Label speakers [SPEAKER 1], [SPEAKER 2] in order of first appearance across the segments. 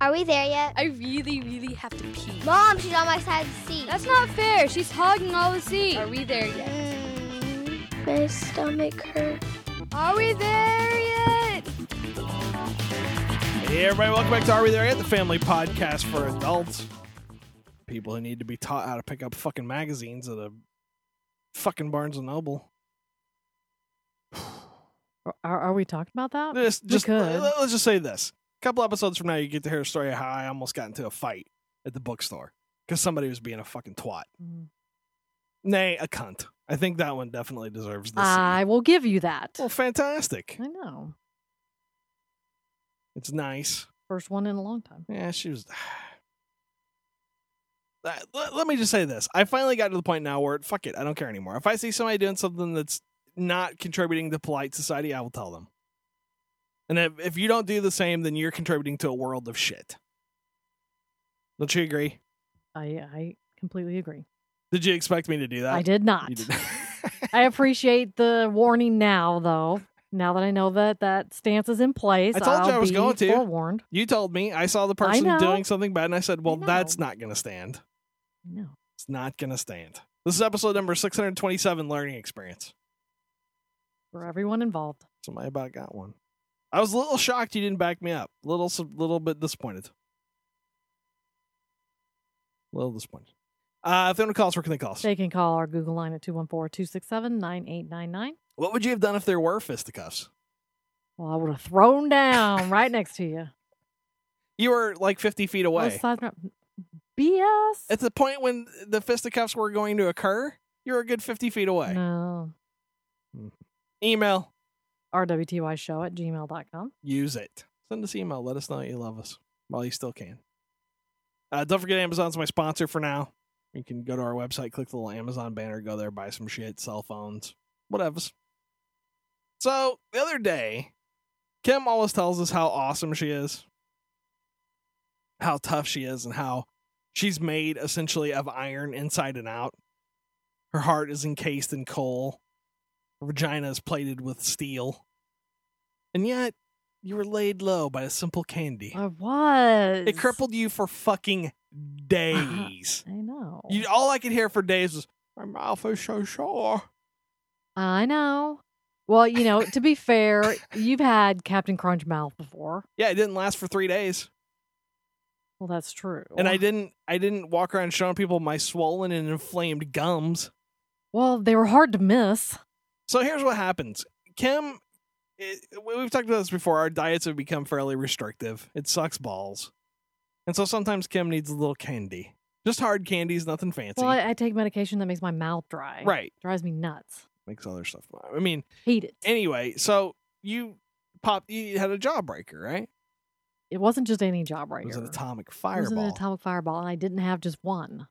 [SPEAKER 1] Are we there yet?
[SPEAKER 2] I really, really have to pee.
[SPEAKER 1] Mom, she's on my side of the seat.
[SPEAKER 2] That's not fair. She's hogging all the seat. Are we there yet?
[SPEAKER 1] Mm, my stomach hurts.
[SPEAKER 2] Are we there yet?
[SPEAKER 3] Hey, everybody, welcome back to Are We There Yet? The family podcast for adults. People who need to be taught how to pick up fucking magazines at a fucking Barnes and Noble.
[SPEAKER 4] Are, are we talking about that?
[SPEAKER 3] This just
[SPEAKER 4] could.
[SPEAKER 3] let- let's just say this. A couple episodes from now, you get to hear a story of how I almost got into a fight at the bookstore because somebody was being a fucking twat.
[SPEAKER 4] Mm.
[SPEAKER 3] Nay, a cunt. I think that one definitely deserves the
[SPEAKER 4] I
[SPEAKER 3] C.
[SPEAKER 4] will give you that.
[SPEAKER 3] Well, fantastic.
[SPEAKER 4] I know.
[SPEAKER 3] It's nice.
[SPEAKER 4] First one in a long time.
[SPEAKER 3] Yeah, she was. Let, let- let me just say this. I finally got to the point now where fuck it, I don't care anymore. If I see somebody doing something that's not contributing to polite society, I will tell them. And if, if you don't do the same, then you're contributing to a world of shit. Don't you agree?
[SPEAKER 4] I I completely agree.
[SPEAKER 3] Did you expect me to do that?
[SPEAKER 4] I did not.
[SPEAKER 3] You did.
[SPEAKER 4] I appreciate the warning now, though. Now that I know that that stance is in place,
[SPEAKER 3] I told you
[SPEAKER 4] I'll
[SPEAKER 3] I was
[SPEAKER 4] be
[SPEAKER 3] going to.
[SPEAKER 4] Forewarned.
[SPEAKER 3] you told me. I saw the person
[SPEAKER 4] know.
[SPEAKER 3] doing something bad, and I said, "Well,
[SPEAKER 4] know.
[SPEAKER 3] that's not going to stand.
[SPEAKER 4] No.
[SPEAKER 3] It's not going to stand." This is episode number six hundred twenty-seven. Learning experience.
[SPEAKER 4] For everyone involved.
[SPEAKER 3] Somebody about got one. I was a little shocked you didn't back me up. Little, s- little bit disappointed. little disappointed. Uh, if they want to call us, where can they call us?
[SPEAKER 4] They can call our Google line at 214-267-9899.
[SPEAKER 3] What would you have done if there were fisticuffs?
[SPEAKER 4] Well, I would have thrown down right next to you.
[SPEAKER 3] You were like 50 feet
[SPEAKER 4] I
[SPEAKER 3] away.
[SPEAKER 4] was sizing up- BS.
[SPEAKER 3] At the point when the fisticuffs were going to occur, you were a good 50 feet away.
[SPEAKER 4] No.
[SPEAKER 3] Email,
[SPEAKER 4] RWTYshow at gmail.com.
[SPEAKER 3] use it. Send us email. Let us know you love us while you still can. Uh, don't forget Amazon's my sponsor for now. You can go to our website, click the little Amazon banner, go there, buy some shit, cell phones, whatevs. So the other day, Kim always tells us how awesome she is, how tough she is, and how she's made essentially of iron inside and out. Her heart is encased in coal. Her vagina is plated with steel. And yet, you were laid low by a simple candy.
[SPEAKER 4] I was.
[SPEAKER 3] It crippled you for fucking days.
[SPEAKER 4] I know.
[SPEAKER 3] you all I could hear for days was my mouth is so sore.
[SPEAKER 4] I know. Well, you know, to be fair, you've had Captain Crunch mouth before.
[SPEAKER 3] Yeah, it didn't last for three days,
[SPEAKER 4] Well, that's true.
[SPEAKER 3] and I didn't. I didn't walk around showing people my swollen and inflamed gums.
[SPEAKER 4] Well, they were hard to miss.
[SPEAKER 3] So here's what happens, Kim. It, we- we've talked about this before. Our diets have become fairly restrictive. It sucks balls, and so sometimes Kim needs a little candy, just hard candies, nothing fancy.
[SPEAKER 4] Well, I, I take medication that makes my mouth dry.
[SPEAKER 3] right,
[SPEAKER 4] Drives me nuts.
[SPEAKER 3] makes other stuff. I mean,
[SPEAKER 4] Hate it.
[SPEAKER 3] anyway, so you pop. You had a jawbreaker, right?
[SPEAKER 4] It wasn't just any job right
[SPEAKER 3] It was an atomic
[SPEAKER 4] It was an
[SPEAKER 3] fireball.
[SPEAKER 4] atomic fireball, and I didn't have just one.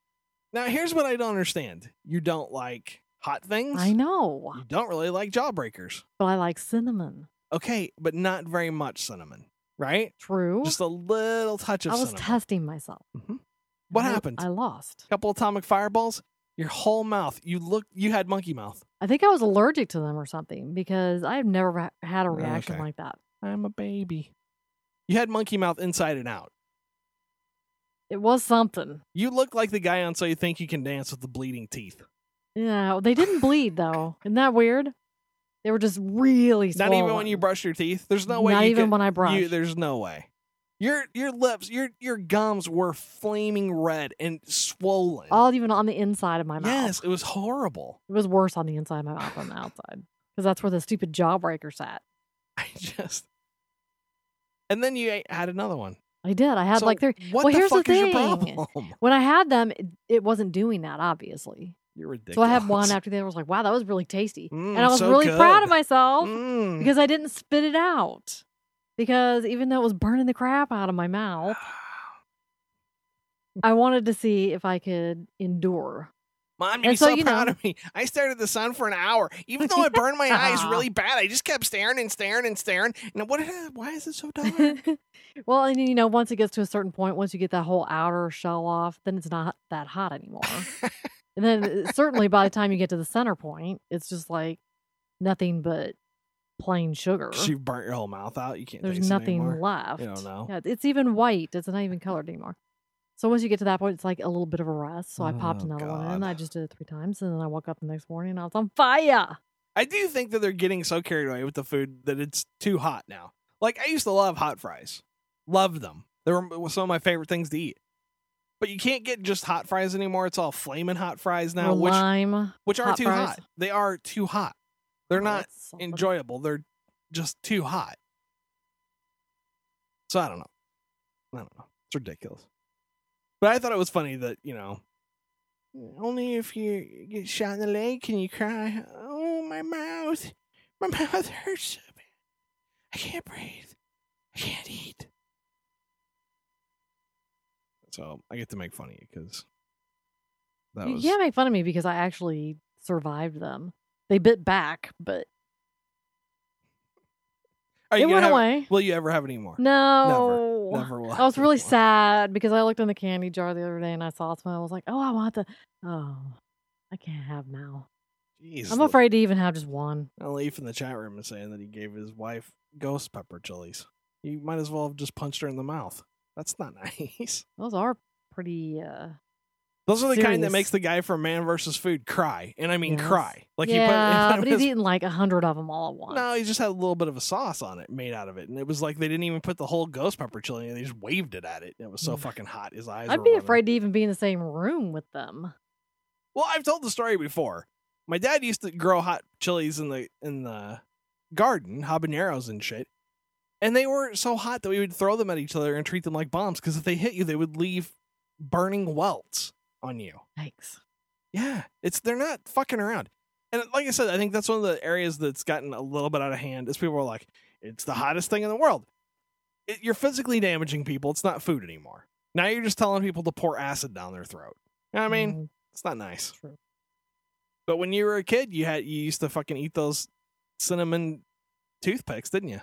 [SPEAKER 3] now, here's what I don't understand. You don't like hot things.
[SPEAKER 4] I know,
[SPEAKER 3] You don't really like jawbreakers.
[SPEAKER 4] but I like cinnamon.
[SPEAKER 3] Okay, but not very much cinnamon, right?
[SPEAKER 4] True.
[SPEAKER 3] Just a little touch
[SPEAKER 4] I
[SPEAKER 3] of
[SPEAKER 4] was
[SPEAKER 3] cinnamon.
[SPEAKER 4] testing myself.
[SPEAKER 3] Mhm. What
[SPEAKER 4] I-
[SPEAKER 3] happened?
[SPEAKER 4] I lost.
[SPEAKER 3] couple atomic fireballs. Your whole mouth. You look. You had monkey mouth.
[SPEAKER 4] I think I was allergic to them or something because I've never ra- had a
[SPEAKER 3] Oh,
[SPEAKER 4] reaction
[SPEAKER 3] okay.
[SPEAKER 4] like that.
[SPEAKER 3] I'm a baby. You had monkey mouth inside and out.
[SPEAKER 4] It was something.
[SPEAKER 3] You look like the guy on So You Think You Can Dance with the bleeding teeth.
[SPEAKER 4] Yeah, they didn't bleed though. Isn't that weird? They were just really
[SPEAKER 3] Not
[SPEAKER 4] swollen.
[SPEAKER 3] even when you brush your teeth. There's no way.
[SPEAKER 4] Not
[SPEAKER 3] you
[SPEAKER 4] even
[SPEAKER 3] could-
[SPEAKER 4] when I brushed.
[SPEAKER 3] You, there's no way. Your your lips, your your gums were flaming red and swollen.
[SPEAKER 4] All even on the inside of my mouth.
[SPEAKER 3] yes, it was horrible.
[SPEAKER 4] It was worse on the inside of my mouth than the outside because that's where the stupid jawbreaker sat.
[SPEAKER 3] I just. And then you ate- had another one.
[SPEAKER 4] I did. I had
[SPEAKER 3] So
[SPEAKER 4] like three.
[SPEAKER 3] What
[SPEAKER 4] well,
[SPEAKER 3] the
[SPEAKER 4] here's the
[SPEAKER 3] fuck is your
[SPEAKER 4] thing.
[SPEAKER 3] problem?
[SPEAKER 4] When I had them, it, it wasn't doing that obviously.
[SPEAKER 3] You're ridiculous.
[SPEAKER 4] So I had one after the other. I was like, wow, that was really tasty,
[SPEAKER 3] Mm,
[SPEAKER 4] and I was
[SPEAKER 3] so
[SPEAKER 4] really proud
[SPEAKER 3] good.
[SPEAKER 4] of myself.
[SPEAKER 3] Mm.
[SPEAKER 4] because I didn't spit it out. Because even though it was burning the crap out of my mouth, I wanted to see if I could endure.
[SPEAKER 3] Mom,
[SPEAKER 4] And
[SPEAKER 3] you're
[SPEAKER 4] so,
[SPEAKER 3] so,
[SPEAKER 4] you
[SPEAKER 3] proud
[SPEAKER 4] know-
[SPEAKER 3] of me. I stared at the sun for an hour, even though it burned my eyes
[SPEAKER 4] Aw.
[SPEAKER 3] really bad. I just kept staring and staring and staring. And what? Why is it so dark?
[SPEAKER 4] well, and you know, once it gets to a certain point, once you get that whole outer shell off, then it's not that hot anymore. and then uh, certainly by the time you get to the center point, it's just like nothing but plain sugar.
[SPEAKER 3] 'Cause you've burnt your whole mouth out. You can't
[SPEAKER 4] There's
[SPEAKER 3] taste
[SPEAKER 4] nothing
[SPEAKER 3] it anymore.
[SPEAKER 4] left.
[SPEAKER 3] You don't know.
[SPEAKER 4] Yeah, it's even white. It's not even colored anymore. So once you get to that point, it's like a little bit of a rest. So I popped
[SPEAKER 3] Oh,
[SPEAKER 4] another one in.
[SPEAKER 3] God.
[SPEAKER 4] I just did it three times, and then I woke up the next morning and I was on fire.
[SPEAKER 3] I do think that they're getting so carried away with the food that it's too hot now. Like I used to love hot fries, loved them. They were some of my favorite things to eat. But you can't get just hot fries anymore. It's all flaming hot fries now,
[SPEAKER 4] Or
[SPEAKER 3] which
[SPEAKER 4] lime.
[SPEAKER 3] which are
[SPEAKER 4] hot
[SPEAKER 3] too
[SPEAKER 4] fries.
[SPEAKER 3] hot. They are too hot. They're
[SPEAKER 4] Oh,
[SPEAKER 3] not
[SPEAKER 4] that's something.
[SPEAKER 3] enjoyable. They're just too hot. So I don't know. I don't know. It's ridiculous. But I thought it was funny that, you know, only if you get shot in the leg can you cry. Oh, my mouth. My mouth hurts so bad. I can't breathe. I can't eat. So I get to make fun of you because that
[SPEAKER 4] You
[SPEAKER 3] was.
[SPEAKER 4] can't make fun of me because I actually survived them. They bit back, but
[SPEAKER 3] Are you
[SPEAKER 4] it
[SPEAKER 3] gonna
[SPEAKER 4] went
[SPEAKER 3] have-
[SPEAKER 4] away.
[SPEAKER 3] Will you ever have any more?
[SPEAKER 4] No.
[SPEAKER 3] Never will.
[SPEAKER 4] I was
[SPEAKER 3] have
[SPEAKER 4] really
[SPEAKER 3] any more.
[SPEAKER 4] sad because I looked in the candy jar the other day and I saw some. I was like, oh, I want the. Oh, I can't have now.
[SPEAKER 3] Jeez,
[SPEAKER 4] I'm
[SPEAKER 3] look.
[SPEAKER 4] afraid to even have just one.
[SPEAKER 3] Now, Leaf in the chat room is saying that he gave his wife ghost pepper chilies. You might as well have just punched her in the mouth. That's not nice.
[SPEAKER 4] Those are pretty. uh
[SPEAKER 3] Those are the kind that
[SPEAKER 4] Serious.
[SPEAKER 3] makes the guy from Man vs. Food cry, and I mean
[SPEAKER 4] Yes.
[SPEAKER 3] cry. Like he put it in
[SPEAKER 4] Yeah,
[SPEAKER 3] front of
[SPEAKER 4] but he's
[SPEAKER 3] his-
[SPEAKER 4] eaten like a hundred of them all at once.
[SPEAKER 3] no, he just had a little bit of a sauce on it made out of it, and it was like they didn't even put the whole ghost pepper chili. in it. They just waved it at it, and it was so
[SPEAKER 4] Mm.
[SPEAKER 3] fucking hot. His eyes.
[SPEAKER 4] I'd
[SPEAKER 3] were
[SPEAKER 4] be
[SPEAKER 3] running.
[SPEAKER 4] afraid to even be in the same room with them.
[SPEAKER 3] Well, I've told the story before. My dad used to grow hot chilies in the in the garden, habaneros and shit. And they were so hot that we would throw them at each other and treat them like bombs because if they hit you, they would leave burning welts on you.
[SPEAKER 4] Thanks.
[SPEAKER 3] Yeah, it's they're not fucking around. And like I said, I think that's one of the areas that's gotten a little bit out of hand is people are like, it's the hottest thing in the world. It, you're physically damaging people. It's not food anymore. Now you're just telling people to pour acid down their throat. You know what I
[SPEAKER 4] Mm.
[SPEAKER 3] mean, it's not nice.
[SPEAKER 4] true.
[SPEAKER 3] But when you were a kid, you had you used to fucking eat those cinnamon toothpicks, didn't you?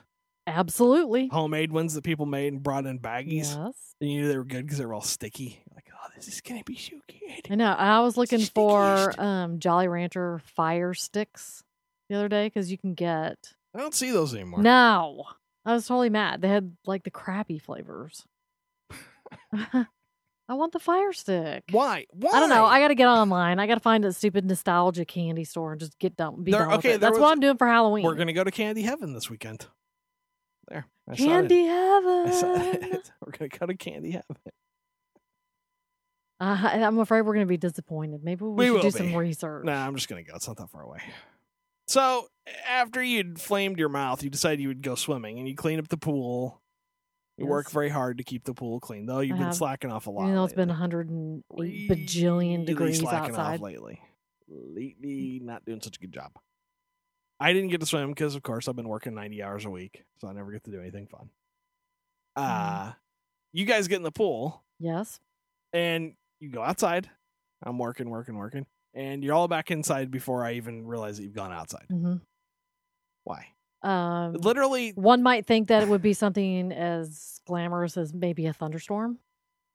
[SPEAKER 4] absolutely.
[SPEAKER 3] Homemade ones that people made and brought in baggies.
[SPEAKER 4] Yes,
[SPEAKER 3] And you knew they were good because they were all sticky. You're like, oh, this is gonna be so
[SPEAKER 4] I
[SPEAKER 3] good.
[SPEAKER 4] know. I was looking
[SPEAKER 3] Sticky yeast.
[SPEAKER 4] for um Jolly Rancher fire sticks the other day because you can get
[SPEAKER 3] I don't see those anymore.
[SPEAKER 4] no. I was totally mad. They had like the crappy flavors. I want the fire stick.
[SPEAKER 3] Why? Why?
[SPEAKER 4] I don't know. I got to get online. I got to find a stupid nostalgia candy store and just get done. Be
[SPEAKER 3] There-
[SPEAKER 4] done with
[SPEAKER 3] okay,
[SPEAKER 4] it.
[SPEAKER 3] there
[SPEAKER 4] That's
[SPEAKER 3] was-
[SPEAKER 4] what I'm doing for Halloween.
[SPEAKER 3] We're gonna go to Candy Heaven this weekend. There, I said it.
[SPEAKER 4] candy
[SPEAKER 3] I said
[SPEAKER 4] heaven.
[SPEAKER 3] it. We're gonna go to Candy Heaven.
[SPEAKER 4] Uh, and I'm afraid we're going to be disappointed. Maybe we,
[SPEAKER 3] We
[SPEAKER 4] should
[SPEAKER 3] will
[SPEAKER 4] do some
[SPEAKER 3] be.
[SPEAKER 4] research.
[SPEAKER 3] Nah, I'm just gonna go. It's not that far away. So after you'd flamed your mouth, you decided you would go swimming, and you clean up the pool. You work
[SPEAKER 4] Yes.
[SPEAKER 3] very hard to keep the pool clean, though. You've
[SPEAKER 4] I
[SPEAKER 3] been
[SPEAKER 4] have,
[SPEAKER 3] slacking off a lot.
[SPEAKER 4] Even though it's been
[SPEAKER 3] lately.
[SPEAKER 4] 108 bajillion
[SPEAKER 3] Really
[SPEAKER 4] degrees
[SPEAKER 3] slacking
[SPEAKER 4] outside.
[SPEAKER 3] off lately. Lately, not doing such a good job. I didn't get to swim because, of course, I've been working 90 hours a week, so I never get to do anything fun.
[SPEAKER 4] Mm-hmm.
[SPEAKER 3] Uh, you guys get in the pool
[SPEAKER 4] yes.
[SPEAKER 3] and you go outside. I'm working, working, working, and you're all back inside before I even realize that you've gone outside.
[SPEAKER 4] hmm
[SPEAKER 3] Why?
[SPEAKER 4] Um,
[SPEAKER 3] Literally,
[SPEAKER 4] one might think that it would be something as glamorous as maybe a thunderstorm.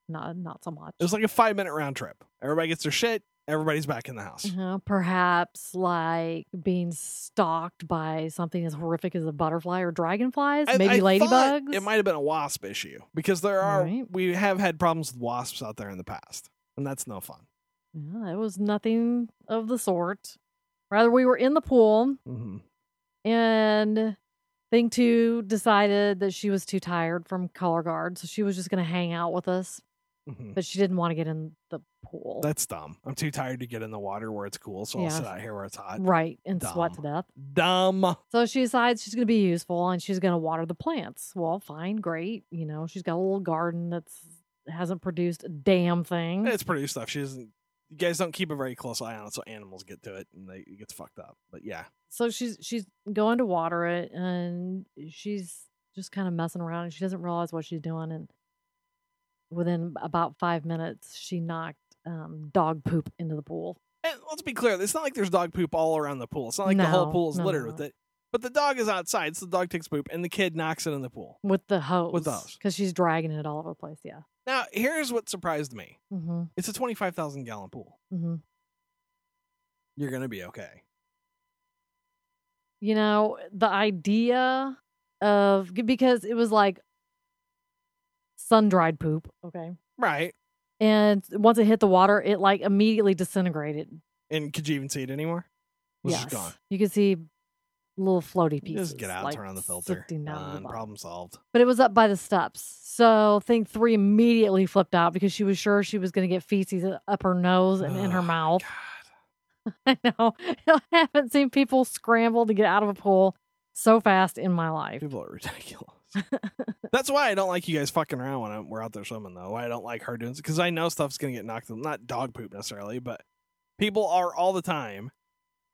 [SPEAKER 4] Not, not so much.
[SPEAKER 3] it was like a five minute round trip. Everybody gets their shit. Everybody's back in the house.
[SPEAKER 4] Uh, perhaps like being stalked by something as horrific as a butterfly or dragonflies,
[SPEAKER 3] I-
[SPEAKER 4] maybe
[SPEAKER 3] I thought
[SPEAKER 4] ladybugs.
[SPEAKER 3] It might have been a wasp issue because there are
[SPEAKER 4] Right.
[SPEAKER 3] we have had problems with wasps out there in the past, and that's no fun.
[SPEAKER 4] Yeah, it was nothing of the sort. Rather, we were in the pool,
[SPEAKER 3] Mm-hmm.
[SPEAKER 4] and Thing Two decided that she was too tired from color guard, so she was just going to hang out with us, but she didn't want to get in the pool,
[SPEAKER 3] Mm-hmm. That's dumb. I'm too tired to get in the water where it's cool, so I'll
[SPEAKER 4] Yeah.
[SPEAKER 3] sit out here where it's hot.
[SPEAKER 4] right, and sweat to
[SPEAKER 3] dumb.
[SPEAKER 4] death.
[SPEAKER 3] Dumb.
[SPEAKER 4] So she decides she's going to be useful and she's going to water the plants. Well, fine, great. You know, she's got a little garden that's hasn't produced a damn thing.
[SPEAKER 3] It's pretty stuff. She doesn't. You guys don't keep a very close eye on it, so animals get to it and they it gets fucked up. But yeah,
[SPEAKER 4] so she's she's going to water it and she's just kind of messing around and she doesn't realize what she's doing and within about 5 minutes she knocked um, dog poop into the pool.
[SPEAKER 3] and let's be clear. It's not like there's dog poop all around the pool. It's not like the whole
[SPEAKER 4] No,
[SPEAKER 3] pool is
[SPEAKER 4] no, no,
[SPEAKER 3] littered
[SPEAKER 4] no.
[SPEAKER 3] with it. But the dog is outside, so the dog takes poop, and the kid knocks it in the pool.
[SPEAKER 4] With the hose.
[SPEAKER 3] hose.
[SPEAKER 4] Because she's dragging it all over the place. Yeah.
[SPEAKER 3] Now, here's what surprised me.
[SPEAKER 4] Mm-hmm.
[SPEAKER 3] It's a 25,000 gallon pool.
[SPEAKER 4] Mm-hmm.
[SPEAKER 3] You're gonna be okay.
[SPEAKER 4] you know, the idea of because it was like sun dried poop. Okay.
[SPEAKER 3] Right.
[SPEAKER 4] And once it hit the water, it like immediately disintegrated.
[SPEAKER 3] And could you even see it anymore? It was
[SPEAKER 4] yes.
[SPEAKER 3] just gone.
[SPEAKER 4] You could see little floaty pieces.
[SPEAKER 3] Just get out,
[SPEAKER 4] like,
[SPEAKER 3] turn on the filter.
[SPEAKER 4] sifting down to the
[SPEAKER 3] Done.
[SPEAKER 4] bottom.
[SPEAKER 3] Problem solved.
[SPEAKER 4] But it was up by the steps. So thing three immediately flipped out because she was sure she was going to get feces up her nose and in her
[SPEAKER 3] Ugh,
[SPEAKER 4] mouth.
[SPEAKER 3] God.
[SPEAKER 4] I know. I haven't seen people scramble to get out of a pool so fast in my life.
[SPEAKER 3] People are ridiculous. That's why I don't like you guys fucking around when I'm, we're out there swimming, though. Why I don't like hard doing because I know stuff's gonna get knocked. Not dog poop necessarily, but people are all the time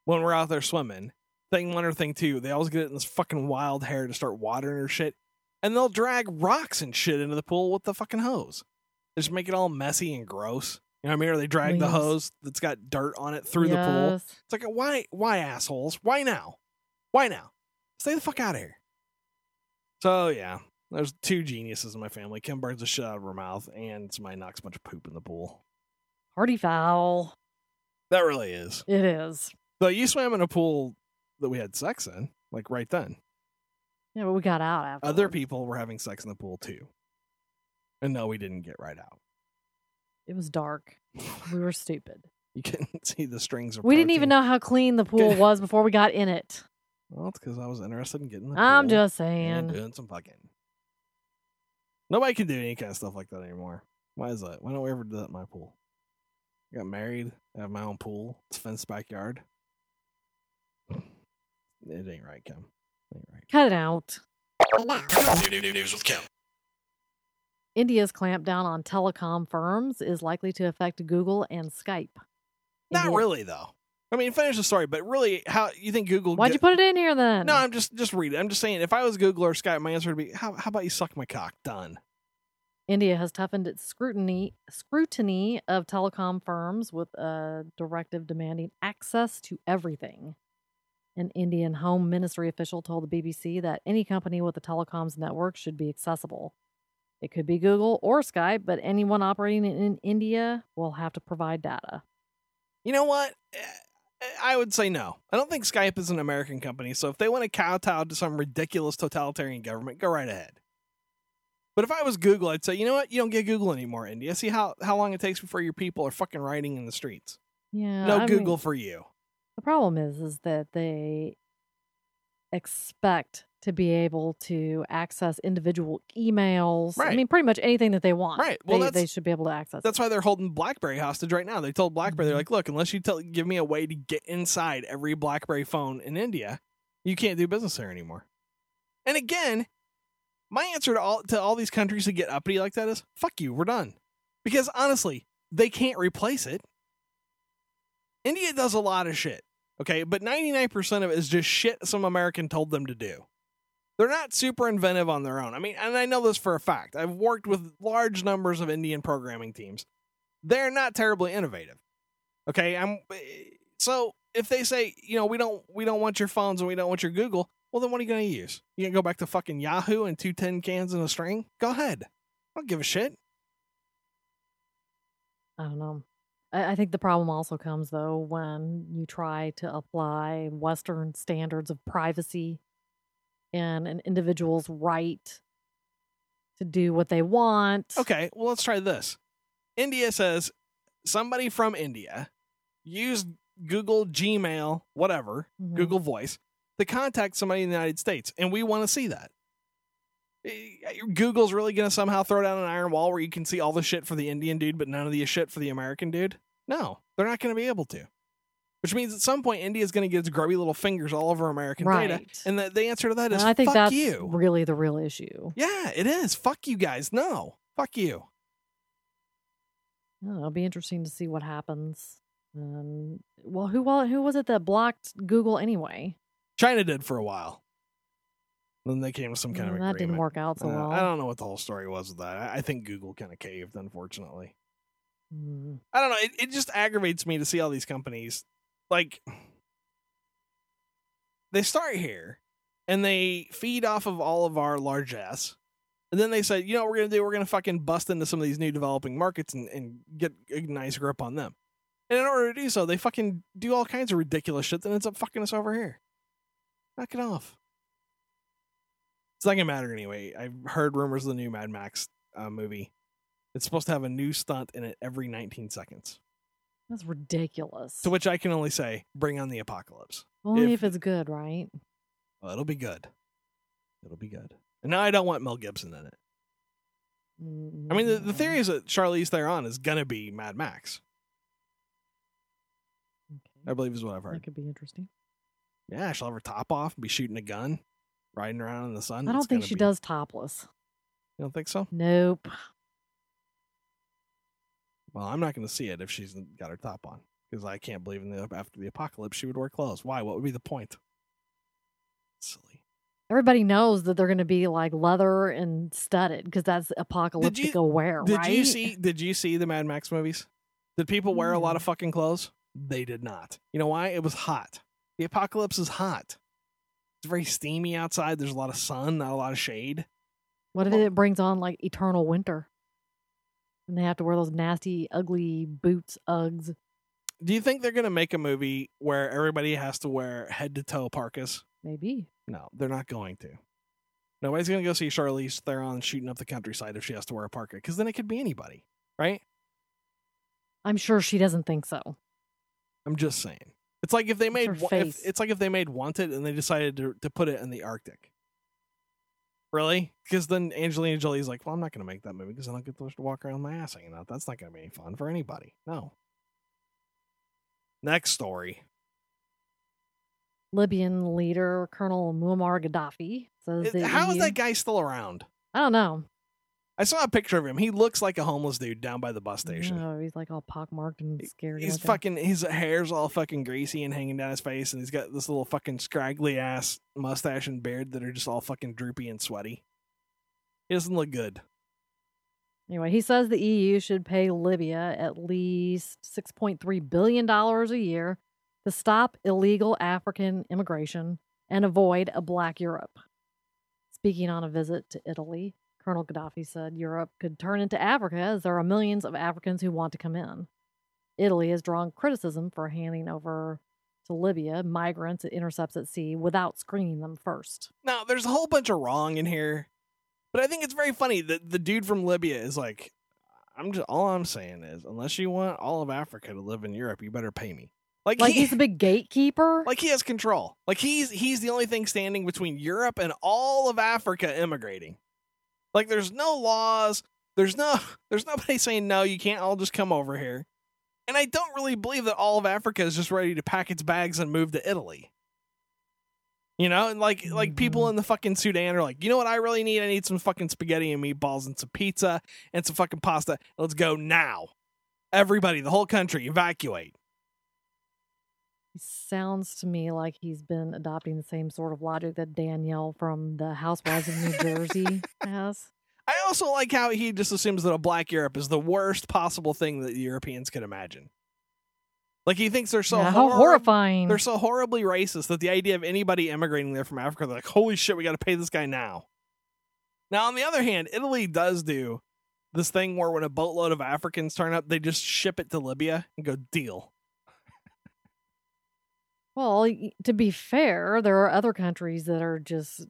[SPEAKER 3] when we're out there swimming. Thing one or thing two, they always get it in this fucking wild hair to start watering her shit, and they'll drag rocks and shit into the pool with the fucking hose. They just make it all messy and gross. You know what I mean? Or they drag the
[SPEAKER 4] Yes.
[SPEAKER 3] hose that's got dirt on it through the pool.
[SPEAKER 4] Yes.
[SPEAKER 3] It's like, why, why assholes? Why now? Why now? Stay the fuck out of here. So yeah, there's two geniuses in my family. Kim burns the shit out of her mouth, and somebody knocks a bunch of poop in the pool.
[SPEAKER 4] Hardy foul.
[SPEAKER 3] That really is.
[SPEAKER 4] It is.
[SPEAKER 3] So you swam in a pool that we had sex in, like right then.
[SPEAKER 4] Yeah, but we got out after.
[SPEAKER 3] Other people were having sex in the pool too, and no, we didn't get right out.
[SPEAKER 4] It was dark. We were stupid.
[SPEAKER 3] You couldn't see the strings of.
[SPEAKER 4] We didn't even
[SPEAKER 3] protein.
[SPEAKER 4] know how clean the pool
[SPEAKER 3] Good.
[SPEAKER 4] was before we got in it.
[SPEAKER 3] Well, it's because I was interested in getting. The
[SPEAKER 4] I'm
[SPEAKER 3] pool.
[SPEAKER 4] just
[SPEAKER 3] and
[SPEAKER 4] saying.
[SPEAKER 3] doing some fucking. Nobody can do any kind of stuff like that anymore. Why is that? Why don't we ever do that in my pool? I got married. I have my own pool. It's a fenced backyard. It ain't right, Kim. It ain't right.
[SPEAKER 4] Cut it out.
[SPEAKER 3] News with Kim.
[SPEAKER 4] India's clampdown on telecom firms is likely to affect Google and Skype.
[SPEAKER 3] Not
[SPEAKER 4] India-
[SPEAKER 3] really, though. I mean, finish the story, but really, how you think Google?
[SPEAKER 4] Why'd you
[SPEAKER 3] get-
[SPEAKER 4] put it in here then?
[SPEAKER 3] No, I'm just just read it. I'm just saying, if I was Google or Skype, my answer would be, "How, how about you suck my cock?" Done.
[SPEAKER 4] India has toughened its scrutiny scrutiny of telecom firms with a directive demanding access to everything. An Indian Home Ministry official told the BBC that any company with a telecoms network should be accessible. It could be Google or Skype, but anyone operating in India will have to provide data.
[SPEAKER 3] You know what? Eh, I would say no. I don't think Skype is an American company, so if they want to kowtow to some ridiculous totalitarian government, go right ahead. But if I was Google, I'd say, you know what? You don't get Google anymore, India. See how, how long it takes before your people are fucking rioting in the streets.
[SPEAKER 4] Yeah.
[SPEAKER 3] no
[SPEAKER 4] I mean-
[SPEAKER 3] Google for you.
[SPEAKER 4] The problem is is that they expect to be able to access individual emails. I
[SPEAKER 3] Right.
[SPEAKER 4] mean, pretty much anything that they want.
[SPEAKER 3] Right. Well,
[SPEAKER 4] they,
[SPEAKER 3] that's-
[SPEAKER 4] they should be able to access.
[SPEAKER 3] That's why they're holding BlackBerry hostage right now. They told BlackBerry, they're
[SPEAKER 4] Mhm.
[SPEAKER 3] like, look, unless you tell, give me a way to get inside every BlackBerry phone in India, you can't do business there anymore. And again, my answer to all to all these countries that get uppity like that is, fuck you, we're done. Because honestly, they can't replace it. India does a lot of shit, okay, but 99% of it is just shit some American told them to do. They're not super inventive on their own. I mean, and I know this for a fact. I've worked with large numbers of Indian programming teams. They're not terribly innovative. Okay, I'm eh, so if they say, you know, we don't we don't want your phones and we don't want your Google, well then what are you going to use? You going to go back to fucking Yahoo and two ten cans and a string? Go ahead. I don't give a shit.
[SPEAKER 4] I don't know. I, I think the problem also comes though when you try to apply Western standards of privacy and an individual's right to do what they want.
[SPEAKER 3] Okay, well, let's try this. India says somebody from India used Google Gmail, whatever,
[SPEAKER 4] Mhm.
[SPEAKER 3] Google Voice, to contact somebody in the United States, and we want to see that. Eh, Google's really going to somehow throw down an iron wall where you can see all the shit for the Indian dude, but none of the shit for the American dude? No, they're not going to be able to. Which means at some point, India's going to get its grubby little fingers all over American data.
[SPEAKER 4] right.
[SPEAKER 3] And the, the answer to that is
[SPEAKER 4] And I think
[SPEAKER 3] fuck
[SPEAKER 4] that's
[SPEAKER 3] you.
[SPEAKER 4] really the real issue.
[SPEAKER 3] Yeah, it is. Fuck you guys. No. Fuck you.
[SPEAKER 4] I don't know, it'll be interesting to see what happens. Um, well, who wa- who was it that blocked Google anyway?
[SPEAKER 3] China did for a while. Then they came to some kind
[SPEAKER 4] Mm,
[SPEAKER 3] of
[SPEAKER 4] that
[SPEAKER 3] agreement.
[SPEAKER 4] didn't work out so
[SPEAKER 3] Uh,
[SPEAKER 4] well.
[SPEAKER 3] I don't know what the whole story was with that. I, I think Google kind of caved, unfortunately.
[SPEAKER 4] Mm.
[SPEAKER 3] I don't know. It, it just aggravates me to see all these companies like they start here and they feed off of all of our largesse. And then they said, you know what we're going to do? We're going to fucking bust into some of these new developing markets and, and get a nice grip on them. And in order to do so, they fucking do all kinds of ridiculous shit that ends up fucking us over here. Knock it off. It's not gonna matter anyway. I've heard rumors of the new Mad Max uh, movie. It's supposed to have a new stunt in it every 19 seconds.
[SPEAKER 4] That's ridiculous.
[SPEAKER 3] To which I can only say, bring on the apocalypse.
[SPEAKER 4] Only
[SPEAKER 3] if-
[SPEAKER 4] if, it's good, right?
[SPEAKER 3] Well, it'll be good. It'll be good. And now I don't want Mel Gibson in it.
[SPEAKER 4] Mm,
[SPEAKER 3] I mean, the, the theory is that Charlize Theron is gonna be Mad Max. I
[SPEAKER 4] mm, Okay.
[SPEAKER 3] believe is what I've heard.
[SPEAKER 4] That could be interesting.
[SPEAKER 3] Yeah, she'll have her top off and be shooting a gun, riding around in the sun.
[SPEAKER 4] I
[SPEAKER 3] It's
[SPEAKER 4] don't think
[SPEAKER 3] gonna
[SPEAKER 4] she
[SPEAKER 3] be-
[SPEAKER 4] does topless.
[SPEAKER 3] You don't think so?
[SPEAKER 4] Nope.
[SPEAKER 3] Well, I'm not going to see it if she's got her top on because I can't believe in the after the apocalypse she would wear clothes. Why? What would be the point? Silly.
[SPEAKER 4] Everybody knows that they're going to be like leather and studded because that's apocalyptic aware,
[SPEAKER 3] Did
[SPEAKER 4] right?
[SPEAKER 3] you see? Did you see the Mad Max movies? Did people wear a lot of fucking clothes? They did not. You know why? It was hot. The apocalypse is hot. It's very steamy outside. There's a lot of sun, not a lot of shade.
[SPEAKER 4] What
[SPEAKER 3] Oh.
[SPEAKER 4] if it brings on like eternal winter? And they have to wear those nasty, ugly boots, Uggs.
[SPEAKER 3] Do you think they're going to make a movie where everybody has to wear head to toe parkas?
[SPEAKER 4] Maybe.
[SPEAKER 3] No, they're not going to. Nobody's going to go see Charlize Theron shooting up the countryside if she has to wear a parka, because then it could be anybody, right?
[SPEAKER 4] I'm sure she doesn't think so.
[SPEAKER 3] I'm just saying. It's like if they made
[SPEAKER 4] her
[SPEAKER 3] Wa- if,
[SPEAKER 4] face.
[SPEAKER 3] it's like if they made Wanted and they decided to, to put it in the Arctic. Really? Because then Angelina Jolie's like, well, I'm not going to make that movie because I don't get to walk around with my ass hanging out. That's not going to be any fun for anybody. No. Next story.
[SPEAKER 4] Libyan leader Colonel Muammar Gaddafi says
[SPEAKER 3] It-
[SPEAKER 4] that
[SPEAKER 3] how is
[SPEAKER 4] EU
[SPEAKER 3] that guy still around?
[SPEAKER 4] I don't know.
[SPEAKER 3] I saw a picture of him. He looks like a homeless dude down by the bus station.
[SPEAKER 4] No, he's like all pockmarked and scared.
[SPEAKER 3] He's fucking his hair's all fucking greasy and hanging down his face, and he's got this little fucking scraggly ass mustache and beard that are just all fucking droopy and sweaty. He doesn't look good.
[SPEAKER 4] Anyway, he says the EU should pay Libya at least $6.3 billion a year to stop illegal African immigration and avoid a black Europe. Speaking on a visit to Italy, Colonel Gaddafi said Europe could turn into Africa as there are millions of Africans who want to come in. Italy has drawn criticism for handing over to Libya migrants it intercepts at sea without screening them first.
[SPEAKER 3] Now, there's a whole bunch of wrong in here, but I think it's very funny that the dude from Libya is like, I'm just all I'm saying is, unless you want all of Africa to live in Europe, you better pay me. Like,
[SPEAKER 4] Like
[SPEAKER 3] he,
[SPEAKER 4] he's a big gatekeeper.
[SPEAKER 3] like he has control. Like he's he's the only thing standing between Europe and all of Africa immigrating. Like there's no laws. There's no there's nobody saying no, you can't all just come over here. And I don't really believe that all of Africa is just ready to pack its bags and move to Italy. You know, and like like people in the fucking Sudan are like, you know what I really need? I need some fucking spaghetti and meatballs and some pizza and some fucking pasta. Let's go now. Everybody, the whole country, evacuate.
[SPEAKER 4] He sounds to me like he's been adopting the same sort of logic that Danielle from the Housewives of New Jersey has.
[SPEAKER 3] I also like how he just assumes that a black Europe is the worst possible thing that the Europeans could imagine. Like he thinks they're so
[SPEAKER 4] Yeah, how
[SPEAKER 3] horrib-
[SPEAKER 4] horrifying!
[SPEAKER 3] They're so horribly racist that the idea of anybody immigrating there from Africa, they're like, holy shit, we got to pay this guy now. Now, on the other hand, Italy does do this thing where when a boatload of Africans turn up, they just ship it to Libya and go deal.
[SPEAKER 4] Well, y- to be fair, there are other countries that are just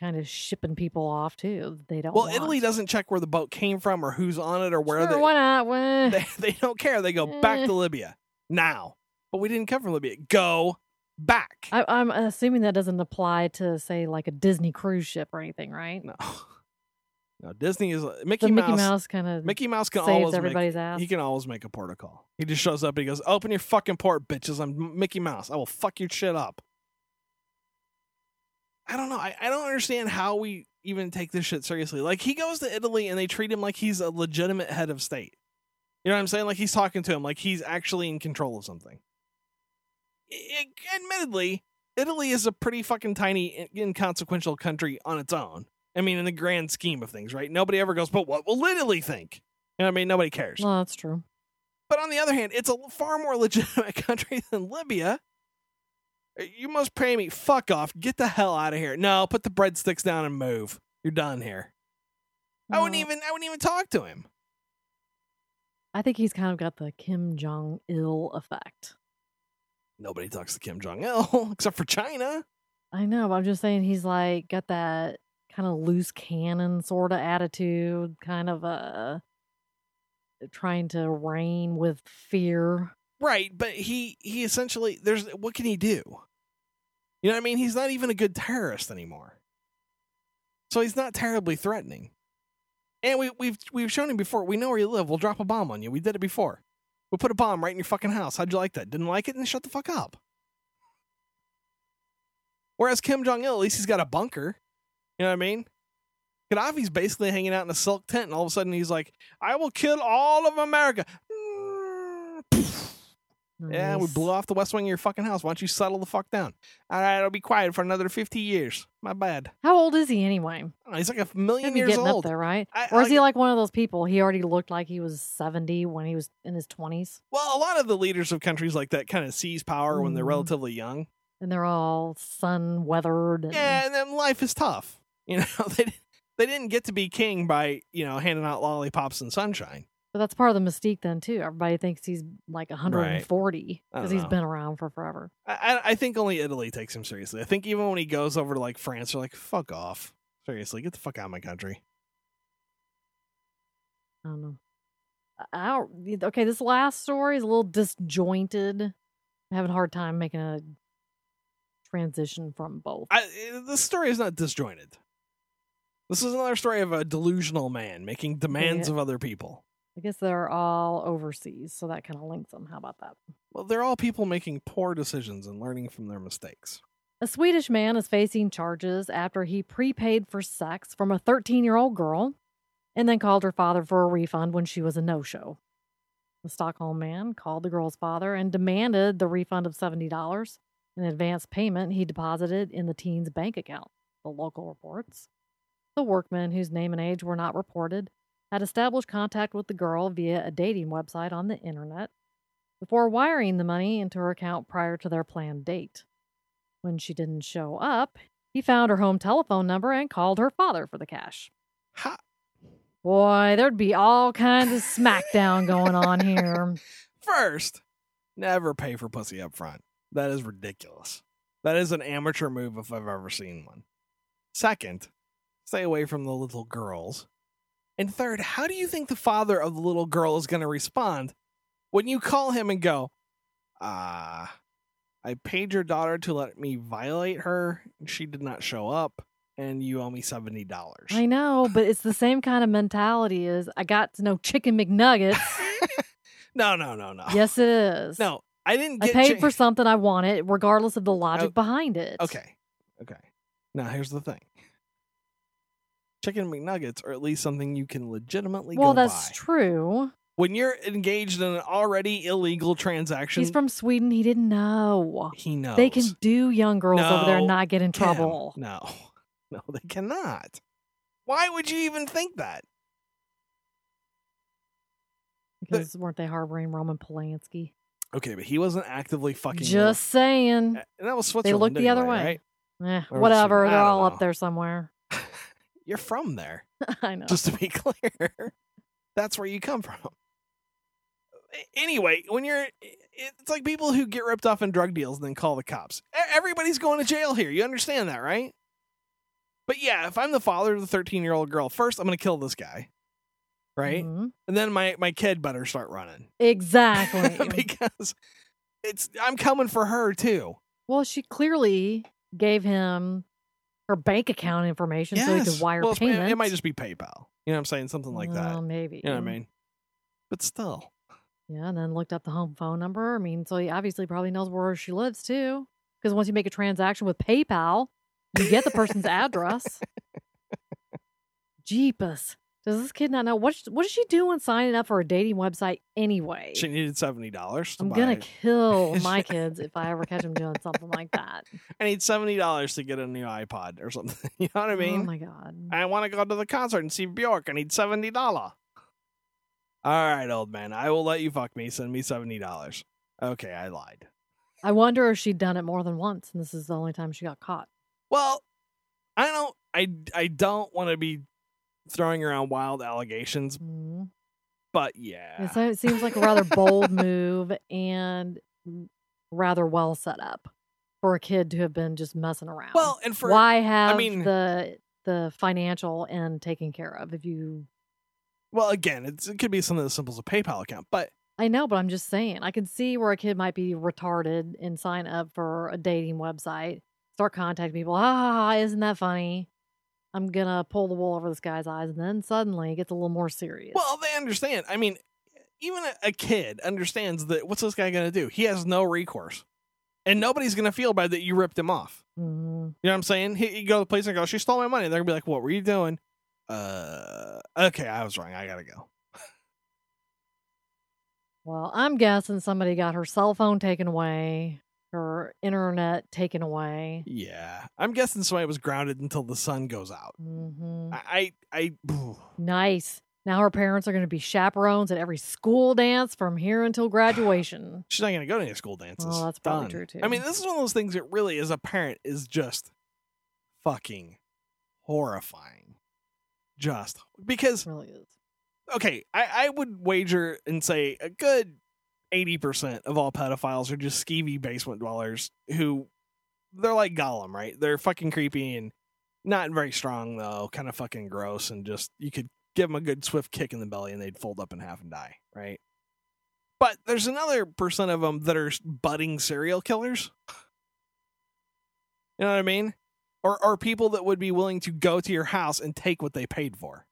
[SPEAKER 4] kind of shipping people off too. that They don't.
[SPEAKER 3] well,
[SPEAKER 4] want.
[SPEAKER 3] Italy doesn't check where the boat came from or who's on it or where
[SPEAKER 4] Sure,
[SPEAKER 3] they
[SPEAKER 4] why not? Why-
[SPEAKER 3] they, they don't care. They go back
[SPEAKER 4] Eh.
[SPEAKER 3] to Libya now. But we didn't come from Libya. Go back.
[SPEAKER 4] I, I'm assuming that doesn't apply to say like a Disney cruise ship or anything, right?
[SPEAKER 3] no, no. Disney is uh, Mickey
[SPEAKER 4] The
[SPEAKER 3] Mouse.
[SPEAKER 4] Mickey Mouse kind of
[SPEAKER 3] Mickey Mouse can
[SPEAKER 4] saves
[SPEAKER 3] always
[SPEAKER 4] everybody's
[SPEAKER 3] make,
[SPEAKER 4] ass.
[SPEAKER 3] he can always make a port call. He just shows up and he goes, "Open your fucking port, bitches! I'm M- Mickey Mouse. I will fuck your shit up." I don't know. I, I don't understand how we even take this shit seriously. Like he goes to Italy and they treat him like he's a legitimate head of state. You know what I'm saying? Like he's talking to him like he's actually in control of something. I I- admittedly, Italy is a pretty fucking tiny, in- inconsequential country on its own. I mean, in the grand scheme of things, right? Nobody ever goes, but what will Italy think? You know what I mean? Nobody cares.
[SPEAKER 4] Well, that's true.
[SPEAKER 3] But on the other hand, it's a far more legitimate country than Libya. Uh, You must pay me. Fuck off. Get the hell out of here. No, put the breadsticks down and move. You're done here. I wouldn't
[SPEAKER 4] Well,
[SPEAKER 3] even. I wouldn't even talk to him.
[SPEAKER 4] I think he's kind of got the Kim Jong Il effect.
[SPEAKER 3] Nobody talks to Kim Jong Il except for China.
[SPEAKER 4] I know, but I'm just saying he's like got that kind of loose cannon sort of attitude, kind of uh trying to reign with fear.
[SPEAKER 3] Right, but he he essentially there's what can he do? You know what I mean? He's not even a good terrorist anymore. So he's not terribly threatening. And we we've we've shown him before. We know where you live. We'll drop a bomb on you. We did it before. We put a bomb right in your fucking house. How'd you like that? Didn't like it? Then shut the fuck up. Whereas Kim Jong Il, at least he's got a bunker. You know what I mean? Gaddafi's basically hanging out in a silk tent, and all of a sudden he's like, "I will kill all of America." Yeah, we
[SPEAKER 4] Nice.
[SPEAKER 3] blew off the west wing of your fucking house. Why don't you settle the fuck down? All right, I'll be quiet for another 50 years. My bad.
[SPEAKER 4] How old is he anyway?
[SPEAKER 3] Oh, he's like a
[SPEAKER 4] He'd
[SPEAKER 3] million
[SPEAKER 4] be
[SPEAKER 3] years
[SPEAKER 4] getting
[SPEAKER 3] old.
[SPEAKER 4] up there, right?
[SPEAKER 3] I-
[SPEAKER 4] or is
[SPEAKER 3] like-
[SPEAKER 4] he like one of those people? He already looked like he was 70 when he was in his 20s,
[SPEAKER 3] Well, a lot of the leaders of countries like that kind of seize power when they're
[SPEAKER 4] Mm.
[SPEAKER 3] relatively young.
[SPEAKER 4] and they're all sun weathered. And,
[SPEAKER 3] Yeah, and then life is tough. You know, they, they didn't get to be king by, you know, handing out lollipops and sunshine.
[SPEAKER 4] But that's part of the mystique then too. Everybody thinks he's like 140
[SPEAKER 3] I
[SPEAKER 4] because
[SPEAKER 3] don't
[SPEAKER 4] he's
[SPEAKER 3] know.
[SPEAKER 4] been around for forever.
[SPEAKER 3] I, I- I think only Italy takes him seriously. I think even when he goes over to like France, they're like, fuck off. Seriously, get the fuck out of my country.
[SPEAKER 4] I don't know. Uh, I- I don't. Okay, this last story is a little disjointed. I'm having a hard time making a transition from both.
[SPEAKER 3] I, it- this story is not disjointed. This is another story of a delusional man making demands
[SPEAKER 4] Yeah.
[SPEAKER 3] of other people.
[SPEAKER 4] I guess they're all overseas, so that kind of links them. How about that?
[SPEAKER 3] Well, they're all people making poor decisions and learning from their mistakes.
[SPEAKER 4] A Swedish man is facing charges after he prepaid for sex from a 13 year old girl and then called her father for a refund when she was a no show. The Stockholm man called the girl's father and demanded the refund of $70, an advance payment he deposited in the teen's bank account, the local reports. The workman, whose name and age were not reported, had established contact with the girl via a dating website on the internet before wiring the money into her account prior to their planned date. When she didn't show up, he found her home telephone number and called her father for the cash.
[SPEAKER 3] Ha!
[SPEAKER 4] Boy, there'd be all kinds of smackdown going on here.
[SPEAKER 3] First, never pay for pussy up front. That is ridiculous. That is an amateur move if I've ever seen one. Second, stay away from the little girls. And third, how do you think the father of the little girl is going to respond when you call him and go, Ah, I paid your daughter to let me violate her. She did not show up, and you owe me $70.
[SPEAKER 4] I know, but it's the same kind of mentality as I got to know Chicken McNuggets.
[SPEAKER 3] no, no, no, no.
[SPEAKER 4] Yes, it is.
[SPEAKER 3] No, I didn't
[SPEAKER 4] I
[SPEAKER 3] get
[SPEAKER 4] paid
[SPEAKER 3] cha-
[SPEAKER 4] for something I wanted, regardless of the logic
[SPEAKER 3] Oh,
[SPEAKER 4] behind it.
[SPEAKER 3] Okay. Okay. Now here's the thing. Chicken McNuggets are at least something you can legitimately
[SPEAKER 4] Well,
[SPEAKER 3] go
[SPEAKER 4] that's
[SPEAKER 3] buy.
[SPEAKER 4] true.
[SPEAKER 3] When you're engaged in an already illegal transaction,
[SPEAKER 4] He's from Sweden. He didn't know.
[SPEAKER 3] he knows.
[SPEAKER 4] They can do young girls over there and
[SPEAKER 3] No,
[SPEAKER 4] not get in
[SPEAKER 3] Kim,
[SPEAKER 4] trouble.
[SPEAKER 3] No. No, they cannot. Why would you even think that?
[SPEAKER 4] Because weren't they harboring Roman Polanski?
[SPEAKER 3] Okay, but he wasn't actively fucking
[SPEAKER 4] Just saying.
[SPEAKER 3] and that was Switzerland.
[SPEAKER 4] looked the other
[SPEAKER 3] anyway,
[SPEAKER 4] way.
[SPEAKER 3] right?
[SPEAKER 4] Eh,
[SPEAKER 3] Or was it-
[SPEAKER 4] whatever.
[SPEAKER 3] I
[SPEAKER 4] They're
[SPEAKER 3] don't
[SPEAKER 4] all
[SPEAKER 3] know.
[SPEAKER 4] up there somewhere.
[SPEAKER 3] You're from there.
[SPEAKER 4] I know.
[SPEAKER 3] just to be clear that's where you come from A- anyway when you're it's like people who get ripped off in drug deals and then call the cops E- everybody's going to jail here you understand that right but yeah if i'm the father of the 13 year old girl first i'm going to kill this guy right
[SPEAKER 4] Mhm.
[SPEAKER 3] and then my my kid better start running
[SPEAKER 4] Exactly.
[SPEAKER 3] because it's i'm coming for her too
[SPEAKER 4] well, she clearly gave him her bank account information so he could wire
[SPEAKER 3] well, it's- it-
[SPEAKER 4] payments.
[SPEAKER 3] it might just be paypal you know what i'm saying something like that
[SPEAKER 4] Well, Maybe.
[SPEAKER 3] you know what i mean but still
[SPEAKER 4] Yeah, and then looked up the home phone number. I mean, so he obviously probably knows where she lives too. Because once you make a transaction with PayPal, you get the person's address. Jeepus. Does this kid not know what? sh- What is she doing signing up for a dating website anyway?
[SPEAKER 3] She needed seventy dollars.
[SPEAKER 4] I'm gonna kill my
[SPEAKER 3] She-
[SPEAKER 4] kids if I ever catch them doing something like that.
[SPEAKER 3] I need seventy dollars to get a new iPod or something. You know what I
[SPEAKER 4] oh
[SPEAKER 3] mean?
[SPEAKER 4] my god!
[SPEAKER 3] I want to go to the concert and see Bjork. I need seventy dollar. All right, old man. I will let you fuck me. Send me seventy dollars. Okay, I lied.
[SPEAKER 4] I wonder if she'd done it more than once, and this is the only time she got caught.
[SPEAKER 3] Well, I don't. I I don't want to be throwing around wild allegations,
[SPEAKER 4] Mm.
[SPEAKER 3] but Mm-hmm. yeah,
[SPEAKER 4] And So it seems like a rather bold move and rather well set up. for a kid to have been just messing around.
[SPEAKER 3] Well, and for
[SPEAKER 4] why have
[SPEAKER 3] mean-
[SPEAKER 4] the the financial end taken care of if you
[SPEAKER 3] well, again, it's, it could be something as simple as a PayPal account, but
[SPEAKER 4] I know, but I'm just saying I can see where a kid might be retarded and sign up for a dating website, start contacting people. Ha ha ha! Isn't that funny? I'm gonna pull the wool over this guy's eyes, and then suddenly it gets a little more serious.
[SPEAKER 3] well, they understand. I mean, even a, a kid understands that. What's this guy going to do? He has no recourse, and nobody's going to feel bad that you ripped him off. You
[SPEAKER 4] Mhm.
[SPEAKER 3] know what I'm saying? He, you go to the place and go, she stole my money. They're gonna be like, what were you doing? Uh, okay, I was wrong. I gotta go.
[SPEAKER 4] Well, I'm guessing somebody got her cell phone taken away, her internet taken away.
[SPEAKER 3] Yeah, I'm guessing somebody was grounded until the sun goes out.
[SPEAKER 4] hmm
[SPEAKER 3] I, I, I
[SPEAKER 4] Nice. Now her parents are going to be chaperones at every school dance from here until graduation.
[SPEAKER 3] she's not gonna go to any school dances.
[SPEAKER 4] Well, that's probably
[SPEAKER 3] Done.
[SPEAKER 4] true, too.
[SPEAKER 3] I mean, this is one of those things that really, as a parent, is just fucking horrifying. Just because
[SPEAKER 4] It really is.
[SPEAKER 3] okay, I, I would wager and say a good eighty percent of all pedophiles are just skeevy basement dwellers who they're like Gollum, right? They're fucking creepy and not very strong though, kind of fucking gross and just you could give them a good swift kick in the belly and they'd fold up in half and die, right? But there's another percent of them that are budding serial killers. You know what I mean? Or are people that would be willing to go to your house and take what they paid for?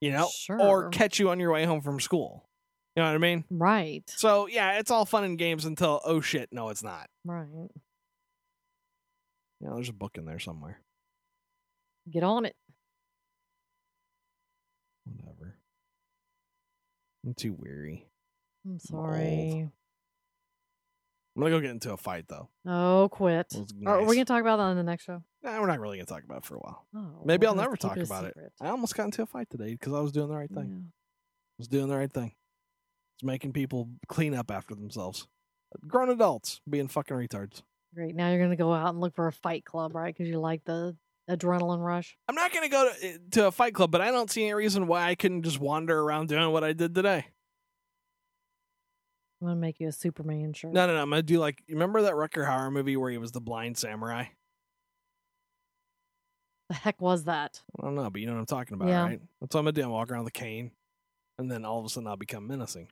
[SPEAKER 3] You know,
[SPEAKER 4] sure.
[SPEAKER 3] or catch you on your way home from school. You know what I mean?
[SPEAKER 4] right,
[SPEAKER 3] So yeah, it's all fun and games until oh shit, no, it's not.
[SPEAKER 4] right.
[SPEAKER 3] You know, there's a book in there somewhere.
[SPEAKER 4] Get on it.
[SPEAKER 3] Whatever. I'm too weary.
[SPEAKER 4] I'm sorry.
[SPEAKER 3] I'm gonna go get into a fight though.
[SPEAKER 4] Oh, quit.
[SPEAKER 3] It was
[SPEAKER 4] Are, are we
[SPEAKER 3] nice.
[SPEAKER 4] gonna talk about that on the next show?
[SPEAKER 3] Nah, we're not really gonna talk about it for a while.
[SPEAKER 4] Oh,
[SPEAKER 3] Maybe
[SPEAKER 4] well,
[SPEAKER 3] I'll
[SPEAKER 4] let's
[SPEAKER 3] never
[SPEAKER 4] keep
[SPEAKER 3] talk
[SPEAKER 4] it a
[SPEAKER 3] about it.
[SPEAKER 4] secret.
[SPEAKER 3] I almost got into a fight today because I was doing the right thing. I
[SPEAKER 4] Yeah.
[SPEAKER 3] was doing the right thing. It's making people clean up after themselves. Grown adults being fucking retards.
[SPEAKER 4] Great. Now you're gonna go out and look for a fight club, right? Because you like the adrenaline rush.
[SPEAKER 3] I'm not going to go to, eh, to a fight club, but I don't see any reason why I couldn't just wander around doing what I did today.
[SPEAKER 4] I'm gonna make you a Superman shirt.
[SPEAKER 3] No, no, no. I'm gonna do like you remember that Rucker Hauer movie where he was the blind samurai?
[SPEAKER 4] The heck was that?
[SPEAKER 3] I don't know, but you know what I'm talking about,
[SPEAKER 4] Yeah.
[SPEAKER 3] right? That's what I'm gonna do. I'm walk around with a cane, and then all of a sudden I'll become menacing.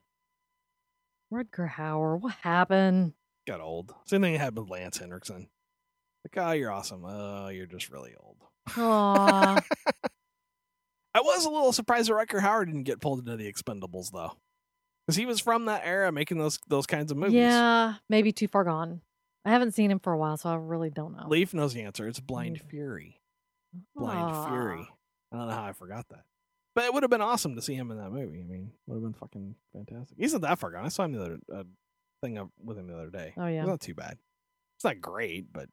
[SPEAKER 4] Rutger Hauer. What happened?
[SPEAKER 3] Got old. Same thing happened with Lance Hendrickson. Like, oh, you're awesome. Oh, you're just really old.
[SPEAKER 4] Aw.
[SPEAKER 3] I was a little surprised that Rucker Hauer didn't get pulled into the Expendables though, because he was from that era making those those kinds of movies.
[SPEAKER 4] Yeah, maybe too far gone. I haven't seen him for a while, so I really don't know.
[SPEAKER 3] Leaf knows the answer. It's Blind
[SPEAKER 4] Neither.
[SPEAKER 3] Fury. Blind
[SPEAKER 4] Ah,
[SPEAKER 3] Fury. I don't know how I forgot that. But it would have been awesome to see him in that movie. I mean, would have been fucking fantastic. He's not that far gone. I saw him the other uh, thing up with him the other day.
[SPEAKER 4] Oh, yeah.
[SPEAKER 3] it's not too bad. It's not great, but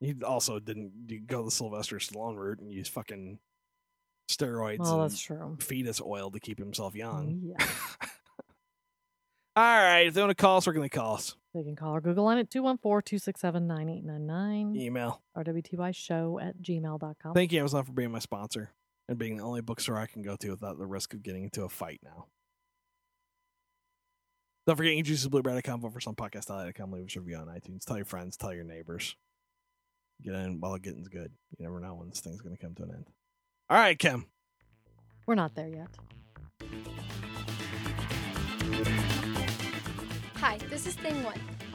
[SPEAKER 3] he also didn't do- go the Sylvester Stallone route and use fucking steroids
[SPEAKER 4] Well,
[SPEAKER 3] and
[SPEAKER 4] that's Mm-hmm. true.
[SPEAKER 3] fetus oil to keep himself young.
[SPEAKER 4] Yeah,
[SPEAKER 3] All right, if they want to call us, we're gonna call us.
[SPEAKER 4] they can call or Google on it 214 267 9899
[SPEAKER 3] Email.
[SPEAKER 4] RWTY show at gmail.com.
[SPEAKER 3] Thank you, Amazon, for being my sponsor and being the only bookstore I can go to without the risk of getting into a fight now. Don't forget, you can choose blueberry.com, vote for some podcast alley.com, leave us a review on iTunes, tell your friends, tell your neighbors. Get in while the getting's good. You never know when this thing's going to come to an end. All right, Kim.
[SPEAKER 4] We're not there yet.
[SPEAKER 2] Hi, this is Thing One.